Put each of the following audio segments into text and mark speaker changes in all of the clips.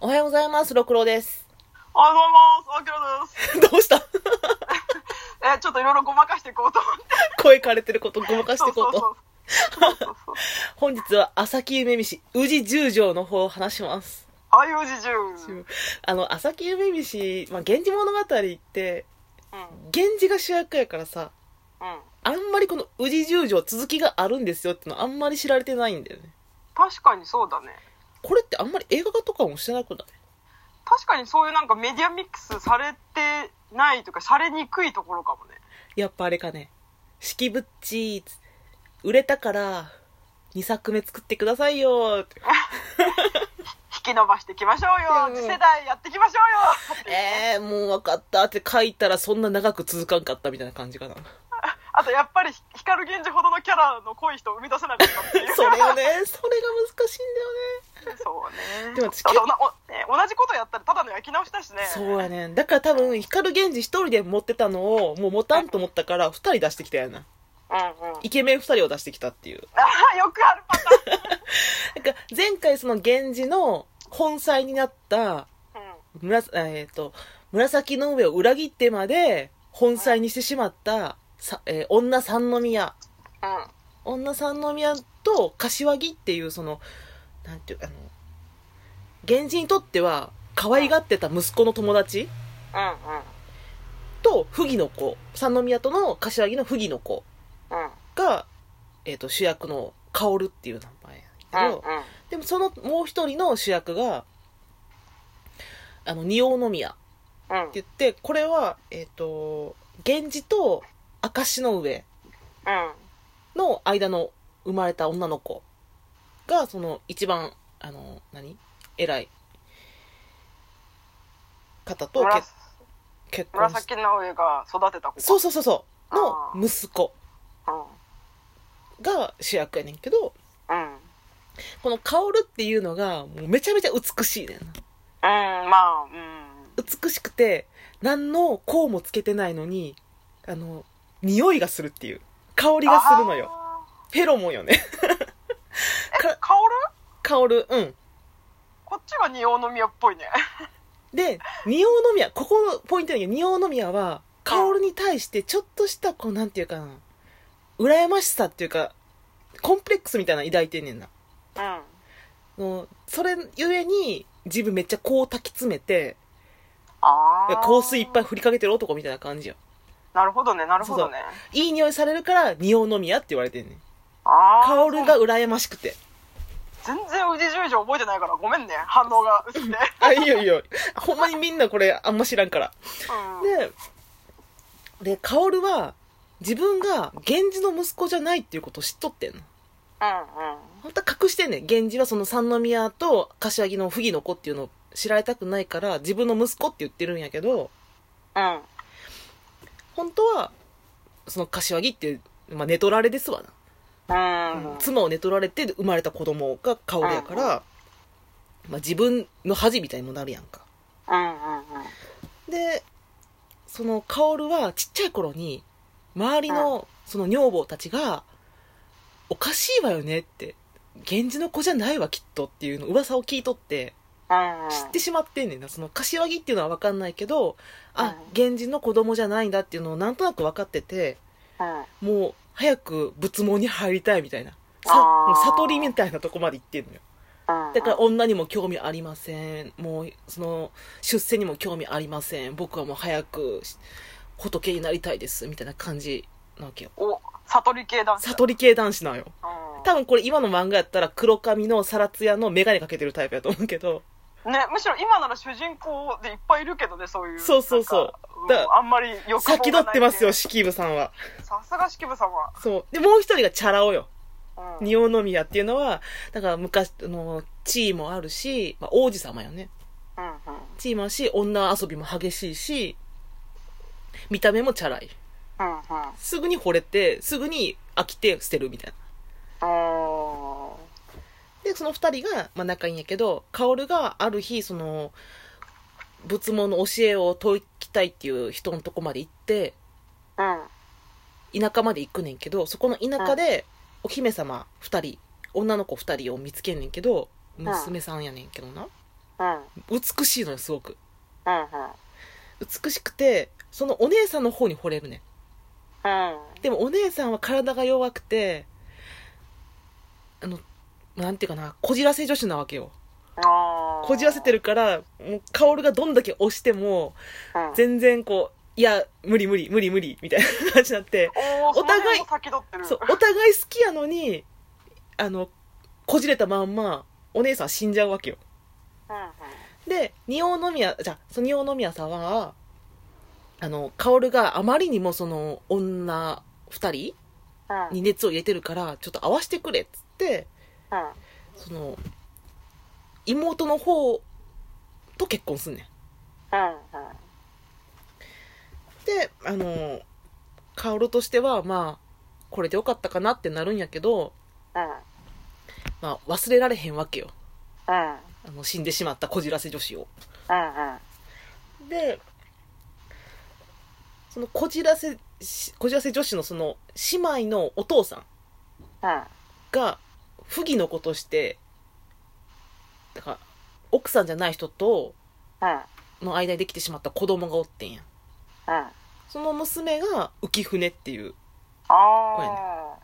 Speaker 1: おはようございます、六郎です。
Speaker 2: あ、どうも、あきらです。
Speaker 1: どうした
Speaker 2: え、ちょっといろいろごまかしていこうと思って。
Speaker 1: 声枯れてること、ごまかしていこう
Speaker 2: そ
Speaker 1: と。
Speaker 2: うそうそう。そうそうそう。
Speaker 1: 本日は朝木夢見氏、宇治十条の方を話します。
Speaker 2: あいうじじゅう。
Speaker 1: あの、朝木夢見氏、まあ、源氏物語って、
Speaker 2: うん。
Speaker 1: 源氏が主役やからさ、
Speaker 2: うん。
Speaker 1: あんまりこの宇治十条続きがあるんですよってのあんまり知られてないんだよね。
Speaker 2: 確かにそうだね。
Speaker 1: これってあんまり映画化とかもしてなくない
Speaker 2: 確かにそういうなんかメディアミックスされてないというか、されにくいところかもね。
Speaker 1: やっぱあれかね。式ぶっちーつ売れたから、2作目作ってくださいよーって。
Speaker 2: 引き伸ばしていきましょう
Speaker 1: うん
Speaker 2: よ。次世代やっていきましょうよ。
Speaker 1: えー、もう分かったって書いたらそんな長く続かんかったみたいな感じかな。
Speaker 2: あとやっぱり光源氏ほどのキャラの濃い人を生み出せなかったっていう。
Speaker 1: それよね、それが難しいん
Speaker 2: そうね。
Speaker 1: でも私
Speaker 2: ただおなおね同じことやったらただの焼き直しだしね。
Speaker 1: だよね。そうやね。だから多分、光源氏一人で持ってたのを、もう持たんと思ったから、二人出してきたやな。
Speaker 2: うんうん。
Speaker 1: イケメン二人を出してきたっていう。
Speaker 2: ああ、よくあるパタ
Speaker 1: なんか、前回その源氏の本妻になった、
Speaker 2: ーン。うん。
Speaker 1: むらえっ、と、紫の上を裏切ってまで、本妻にしてしまった、さえー女三宮。
Speaker 2: うん。
Speaker 1: 女三宮と柏木っていうそのなんていうあの源氏にとっては可愛がってた息子の友達
Speaker 2: うん
Speaker 1: と不義の子三宮との柏木の不義の子
Speaker 2: うんうん
Speaker 1: が、えっと主役の薫っていう名前やけど、
Speaker 2: うん
Speaker 1: でもそのもう一人の主役があの仁王の宮って
Speaker 2: うんうん
Speaker 1: 言ってこれは、えっと源氏と明石の上の間の生まれた女の子が、その一番、あの、何偉い方と
Speaker 2: むら
Speaker 1: 結結婚して、
Speaker 2: 紫の上が育てた子
Speaker 1: そう
Speaker 2: そ
Speaker 1: そうそうそう、の
Speaker 2: あー
Speaker 1: 息子
Speaker 2: うん
Speaker 1: が主役やねんけど、
Speaker 2: うん、うん、
Speaker 1: この薫っていうのが、もうめちゃめちゃ美しいねんな。
Speaker 2: まあうん
Speaker 1: 美しくて、何の功もつけてないのに、あの、匂いがするっていう。香りがするのよ。
Speaker 2: あー
Speaker 1: フェロモンよね。
Speaker 2: え香る
Speaker 1: 薫、うん。
Speaker 2: こっちが仁王の宮っぽいね
Speaker 1: で、仁王の宮、ここのポイントだけど、仁王の宮は、薫に対してちょっとした、こう、なんていうかな、羨ましさっていうか、コンプレックスみたいなの抱いてんねんな。
Speaker 2: うん
Speaker 1: もうそれゆえに、自分めっちゃこう焚き詰めて、
Speaker 2: ああ
Speaker 1: 香水いっぱい振りかけてる男みたいな感じよ。
Speaker 2: なるほどねなるほどね
Speaker 1: いい匂いされるから、仁王の宮って言われてんねん。
Speaker 2: ああ
Speaker 1: 薫が羨ましくて。
Speaker 2: 全然宇治十条覚えてないからごめんね反応が薄くて
Speaker 1: あ、いいよいいよ。ほんまにみんなこれ、あんま知らんから。
Speaker 2: うん
Speaker 1: で、で、薫は、自分が源氏の息子じゃないっていうことを知っとってんの。
Speaker 2: うんうん
Speaker 1: 本当は隠してんねん源氏はその三宮と柏木の不義の子っていうのを知られたくないから自分の息子って言ってるんやけど
Speaker 2: うん
Speaker 1: 本当はその柏木っていう、まあ、寝取られですわな、
Speaker 2: うん
Speaker 1: 妻を寝取られて生まれた子供が顔やから、まあ、自分の恥みたいにもなるやんか
Speaker 2: うんうんうん
Speaker 1: でその薫はちっちゃい頃に周りのその女房たちが「おかしいわよね」って「源氏の子じゃないわきっと」っていうの噂を聞いとって
Speaker 2: うん
Speaker 1: 知ってしまってんねんなその柏木っていうのは分かんないけどあ
Speaker 2: うん
Speaker 1: 源氏の子供じゃないんだっていうのをなんとなく分かってて
Speaker 2: うん
Speaker 1: もう早く仏門に入りたいみたいなさ
Speaker 2: あー
Speaker 1: もう悟りみたいなとこまで行ってんのよ
Speaker 2: うん
Speaker 1: だから女にも興味ありませんもうその出世にも興味ありません僕はもう早くし仏になりたいですみたいな感じなわけよ
Speaker 2: お悟り系だ
Speaker 1: 悟り系男子なのよ
Speaker 2: うん
Speaker 1: 多分これ今の漫画やったら黒髪のサラツヤの眼鏡かけてるタイプやと思うけど
Speaker 2: ね、むしろ今なら主人公でいっぱいいるけどね、そういう。
Speaker 1: そうそうそう
Speaker 2: なん
Speaker 1: だ
Speaker 2: かうんあんまり欲望がない
Speaker 1: 先取ってますよ。シキーブさんは
Speaker 2: さすが式部様。
Speaker 1: そう。で、もう一人がチャラ男よ。
Speaker 2: うん。
Speaker 1: 仁王の宮っていうのは、だから昔、あの、地位もあるし、まあ、王子様よね。
Speaker 2: うんうん。
Speaker 1: 地位もあるし、女遊びも激しいし、見た目もチャラい。
Speaker 2: うんうん。
Speaker 1: すぐに惚れて、すぐに飽きて捨てるみたいな。
Speaker 2: うん
Speaker 1: で、その二人が、まあ、仲いいんやけど、薫がある日、その、仏門の教えを解きたいっていう人のとこまで行って、
Speaker 2: うん。
Speaker 1: 田舎まで行くねんけど、そこの田舎で、お姫様二人、女の子二人を見つけんねんけど、娘さんやねんけどな。
Speaker 2: うん。うん。
Speaker 1: 美しいのよすごく
Speaker 2: うん。
Speaker 1: 美しくてそのお姉さんの方に惚れるね
Speaker 2: うん。
Speaker 1: でもお姉さんは体が弱くてあのなんていうかなこじらせ女子なわけよ
Speaker 2: あー
Speaker 1: こじらせてるからもう薫がどんだけ押しても
Speaker 2: うん
Speaker 1: 全然こういや無理無理無理無理みたいな感じになって
Speaker 2: おー
Speaker 1: お互い
Speaker 2: その辺も先取ってる。
Speaker 1: そうお互い好きやのにあのこじれたまんまお姉さんは死んじゃうわけよ
Speaker 2: うんうん。
Speaker 1: で仁王の宮じゃあその仁王の宮さんはあの薫があまりにもその女2人
Speaker 2: うん。
Speaker 1: に熱を入れてるからちょっと合わせてくれっつって
Speaker 2: うん。
Speaker 1: その妹の方と結婚すんねん
Speaker 2: うん。
Speaker 1: であの薫としてはまあこれでよかったかなってなるんやけど、
Speaker 2: うん。
Speaker 1: まあ、忘れられへんわけよ
Speaker 2: うん。
Speaker 1: あの死んでしまったこじらせ女子を
Speaker 2: うん。うん。
Speaker 1: でそのこじらせしこじらせ女子のその姉妹のお父さん
Speaker 2: うん。
Speaker 1: が不義のことしてだから奥さんじゃない人と
Speaker 2: うん。
Speaker 1: の間にできてしまった子供がおってんや
Speaker 2: うん。
Speaker 1: その娘が浮舟っていう
Speaker 2: あ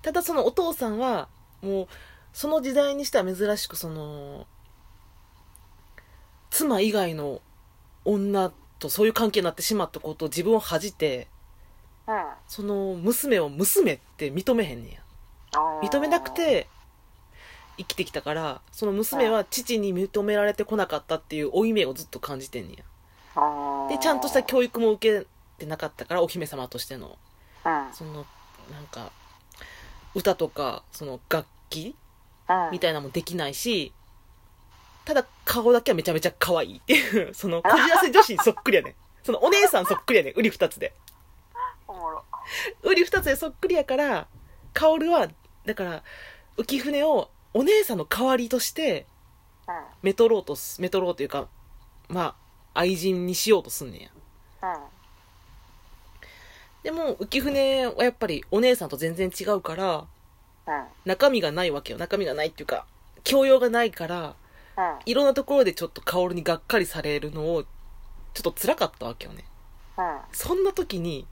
Speaker 1: ただそのお父さんはもうその時代にしては珍しくその妻以外の女とそういう関係になってしまったことを自分を恥じて
Speaker 2: ーうん
Speaker 1: その娘を娘って認めへんねんや
Speaker 2: あー。
Speaker 1: 認めなくて生きてきたからその娘は父に認められてこなかったっていう負い目をずっと感じてんねんや
Speaker 2: あー、
Speaker 1: でちゃんとした教育も受けてなかったからお姫様としての
Speaker 2: うん
Speaker 1: そのなんか歌とかその楽器
Speaker 2: うん
Speaker 1: みたいなのもできないしただ顔だけはめちゃめちゃ可愛いっていうそのこじらせ女子にそっくりやねんそのお姉さんそっくりやねんうり二つで
Speaker 2: おもろ。
Speaker 1: うり二つでそっくりやから薫はだから浮舟をお姉さんの代わりとして
Speaker 2: うん。
Speaker 1: めとろうとすめとろうというかまあ愛人にしようとすんねんや
Speaker 2: うん。
Speaker 1: でも浮舟はやっぱりお姉さんと全然違うから
Speaker 2: うん。
Speaker 1: 中身がないわけよ中身がないっていうか教養がないから
Speaker 2: うん。
Speaker 1: いろんなところでちょっと薫にがっかりされるのをちょっと辛かったわけよね
Speaker 2: うん。
Speaker 1: そんな時に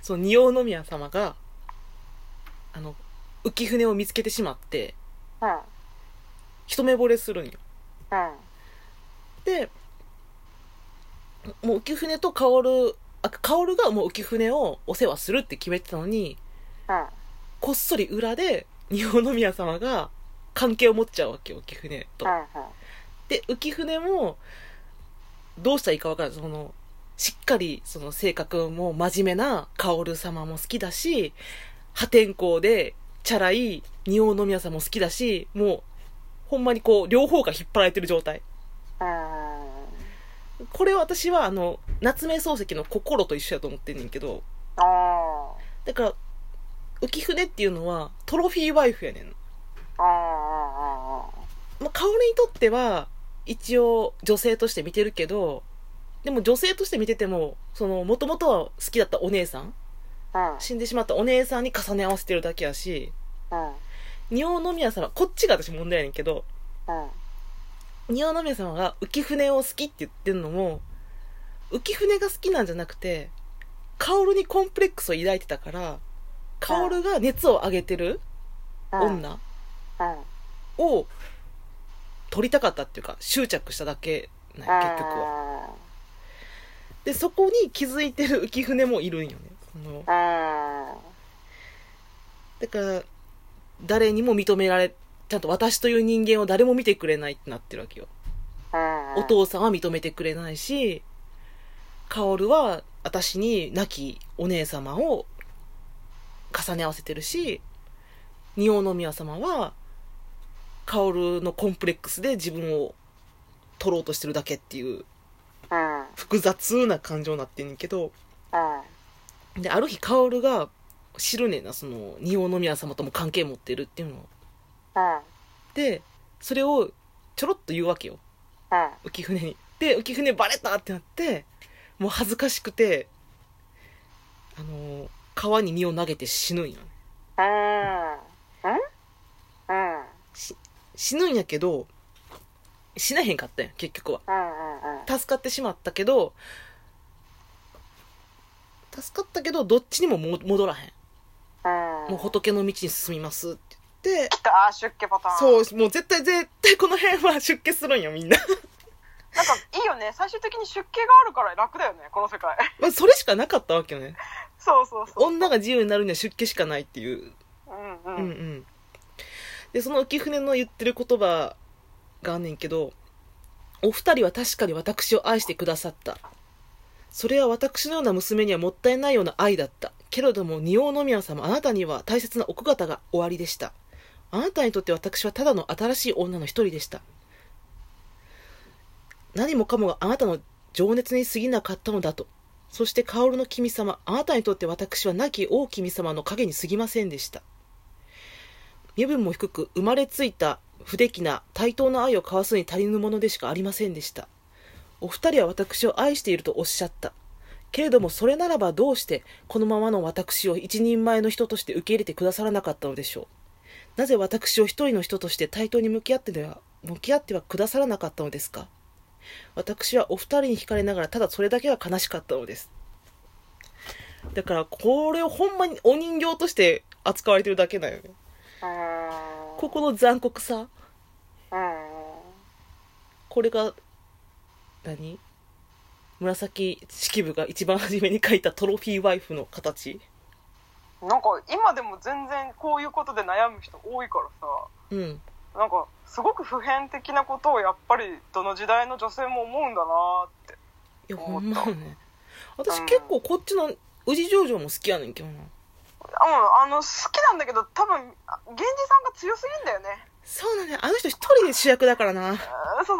Speaker 1: その仁王の宮様があの浮舟を見つけてしまって
Speaker 2: うん。
Speaker 1: 一目惚れするんよ
Speaker 2: うん。
Speaker 1: でもう浮舟と薫あ薫がもう浮舟をお世話するって決めてたのに
Speaker 2: うん。
Speaker 1: こっそり裏で仁王の宮様が関係を持っちゃうわけよ浮舟と
Speaker 2: うん。
Speaker 1: で浮舟もどうしたらいいか分からないそのしっかりその性格も真面目な薫様も好きだし破天荒でチャラい仁王の宮さんも好きだしもうほんまにこう両方が引っ張られてる状態
Speaker 2: うん。
Speaker 1: これ私はあの夏目漱石の心と一緒やと思ってんねんけど
Speaker 2: あ
Speaker 1: だから浮舟っていうのはトロフィーワイフやねん
Speaker 2: あ。ああ。
Speaker 1: まあ、薫にとっては一応女性として見てるけどでも女性として見ててももともとは好きだったお姉さん
Speaker 2: うん。
Speaker 1: 死んでしまったお姉さんに重ね合わせてるだけやし
Speaker 2: うん。
Speaker 1: 仁王の宮様こっちが私問題やねんけど
Speaker 2: うん。
Speaker 1: 仁王の宮様が浮舟を好きって言ってるのも浮舟が好きなんじゃなくて薫にコンプレックスを抱いてたから薫が熱を上げてる
Speaker 2: うん。
Speaker 1: 女
Speaker 2: うん。
Speaker 1: を取りたかったっていうか執着しただけなんや結局は。
Speaker 2: は。
Speaker 1: でそこに気づいてる浮舟もいるんよねその
Speaker 2: うん。
Speaker 1: だから誰にも認められちゃんと私という人間を誰も見てくれないってなってるわけよ、
Speaker 2: う
Speaker 1: お
Speaker 2: ん。
Speaker 1: 父さんは認めてくれないし薫は私に亡きお姉様を重ね合わせてるし仁王の宮様は薫のコンプレックスで自分を取ろうとしてるだけっていう
Speaker 2: うん。うん。
Speaker 1: 複雑な感情になってんねんけどである日薫が知るねんなその仁王の宮様とも関係持ってるっていうのを
Speaker 2: うん。
Speaker 1: でそれをちょろっと言うわけよ
Speaker 2: うん。
Speaker 1: 浮舟にで浮舟バレたってなってもう恥ずかしくてあのー川に身を投げて死ぬんよ
Speaker 2: うん。うん。うん。
Speaker 1: し死ぬんやけど死なへんかったんや結局は
Speaker 2: うんうんうん
Speaker 1: 助かってしまったけど助かったけどどっちにもも戻らへん
Speaker 2: うん
Speaker 1: もう仏の道に進みますって言って
Speaker 2: 来た出家パターン
Speaker 1: そうもう絶対絶対この辺は出家するんよみんな
Speaker 2: なんかいいよね最終的に出家があるから楽だよねこの世界
Speaker 1: まあそれしかなかったわけよね
Speaker 2: そうそうそう
Speaker 1: 女が自由になるには出家しかないっていう
Speaker 2: うん
Speaker 1: う
Speaker 2: うんん、
Speaker 1: うんでその浮舟の言ってる言葉があんねんけどお二人は確かに私を愛してくださったそれは私のような娘にはもったいないような愛だったけれども仁王の宮様あなたには大切な奥方がおありでしたあなたにとって私はただの新しい女の一人でした何もかもがあなたの情熱に過ぎなかったのだとそして薫の君様あなたにとって私は亡き王君様の影に過ぎませんでした身分も低く生まれついた不出来な対等な愛を交わすに足りぬものでしかありませんでしたお二人は私を愛しているとおっしゃったけれどもそれならばどうしてこのままの私を一人前の人として受け入れてくださらなかったのでしょうなぜ私を一人の人として対等に向き合ってでは向き合ってはくださらなかったのですか私はお二人に惹かれながらただそれだけが悲しかったのですだからこれをほんまにお人形として扱われてるだけだよね
Speaker 2: うん
Speaker 1: ここの残酷さ
Speaker 2: うん
Speaker 1: これが何紫式部が一番初めに書いたトロフィーワイフの形
Speaker 2: なんか今でも全然こういうことで悩む人多いからさ
Speaker 1: うん
Speaker 2: なんかすごく普遍的なことをやっぱりどの時代の女性も思うんだなーって
Speaker 1: いやほ
Speaker 2: 思った
Speaker 1: んまよね私
Speaker 2: うん
Speaker 1: 結構こっちの宇治上場も好きやねんけどな
Speaker 2: あうんあの好きなんだけど多分あ源氏さんが強すぎんだよね
Speaker 1: そうなのよあの人一人で主役だからな
Speaker 2: あーそう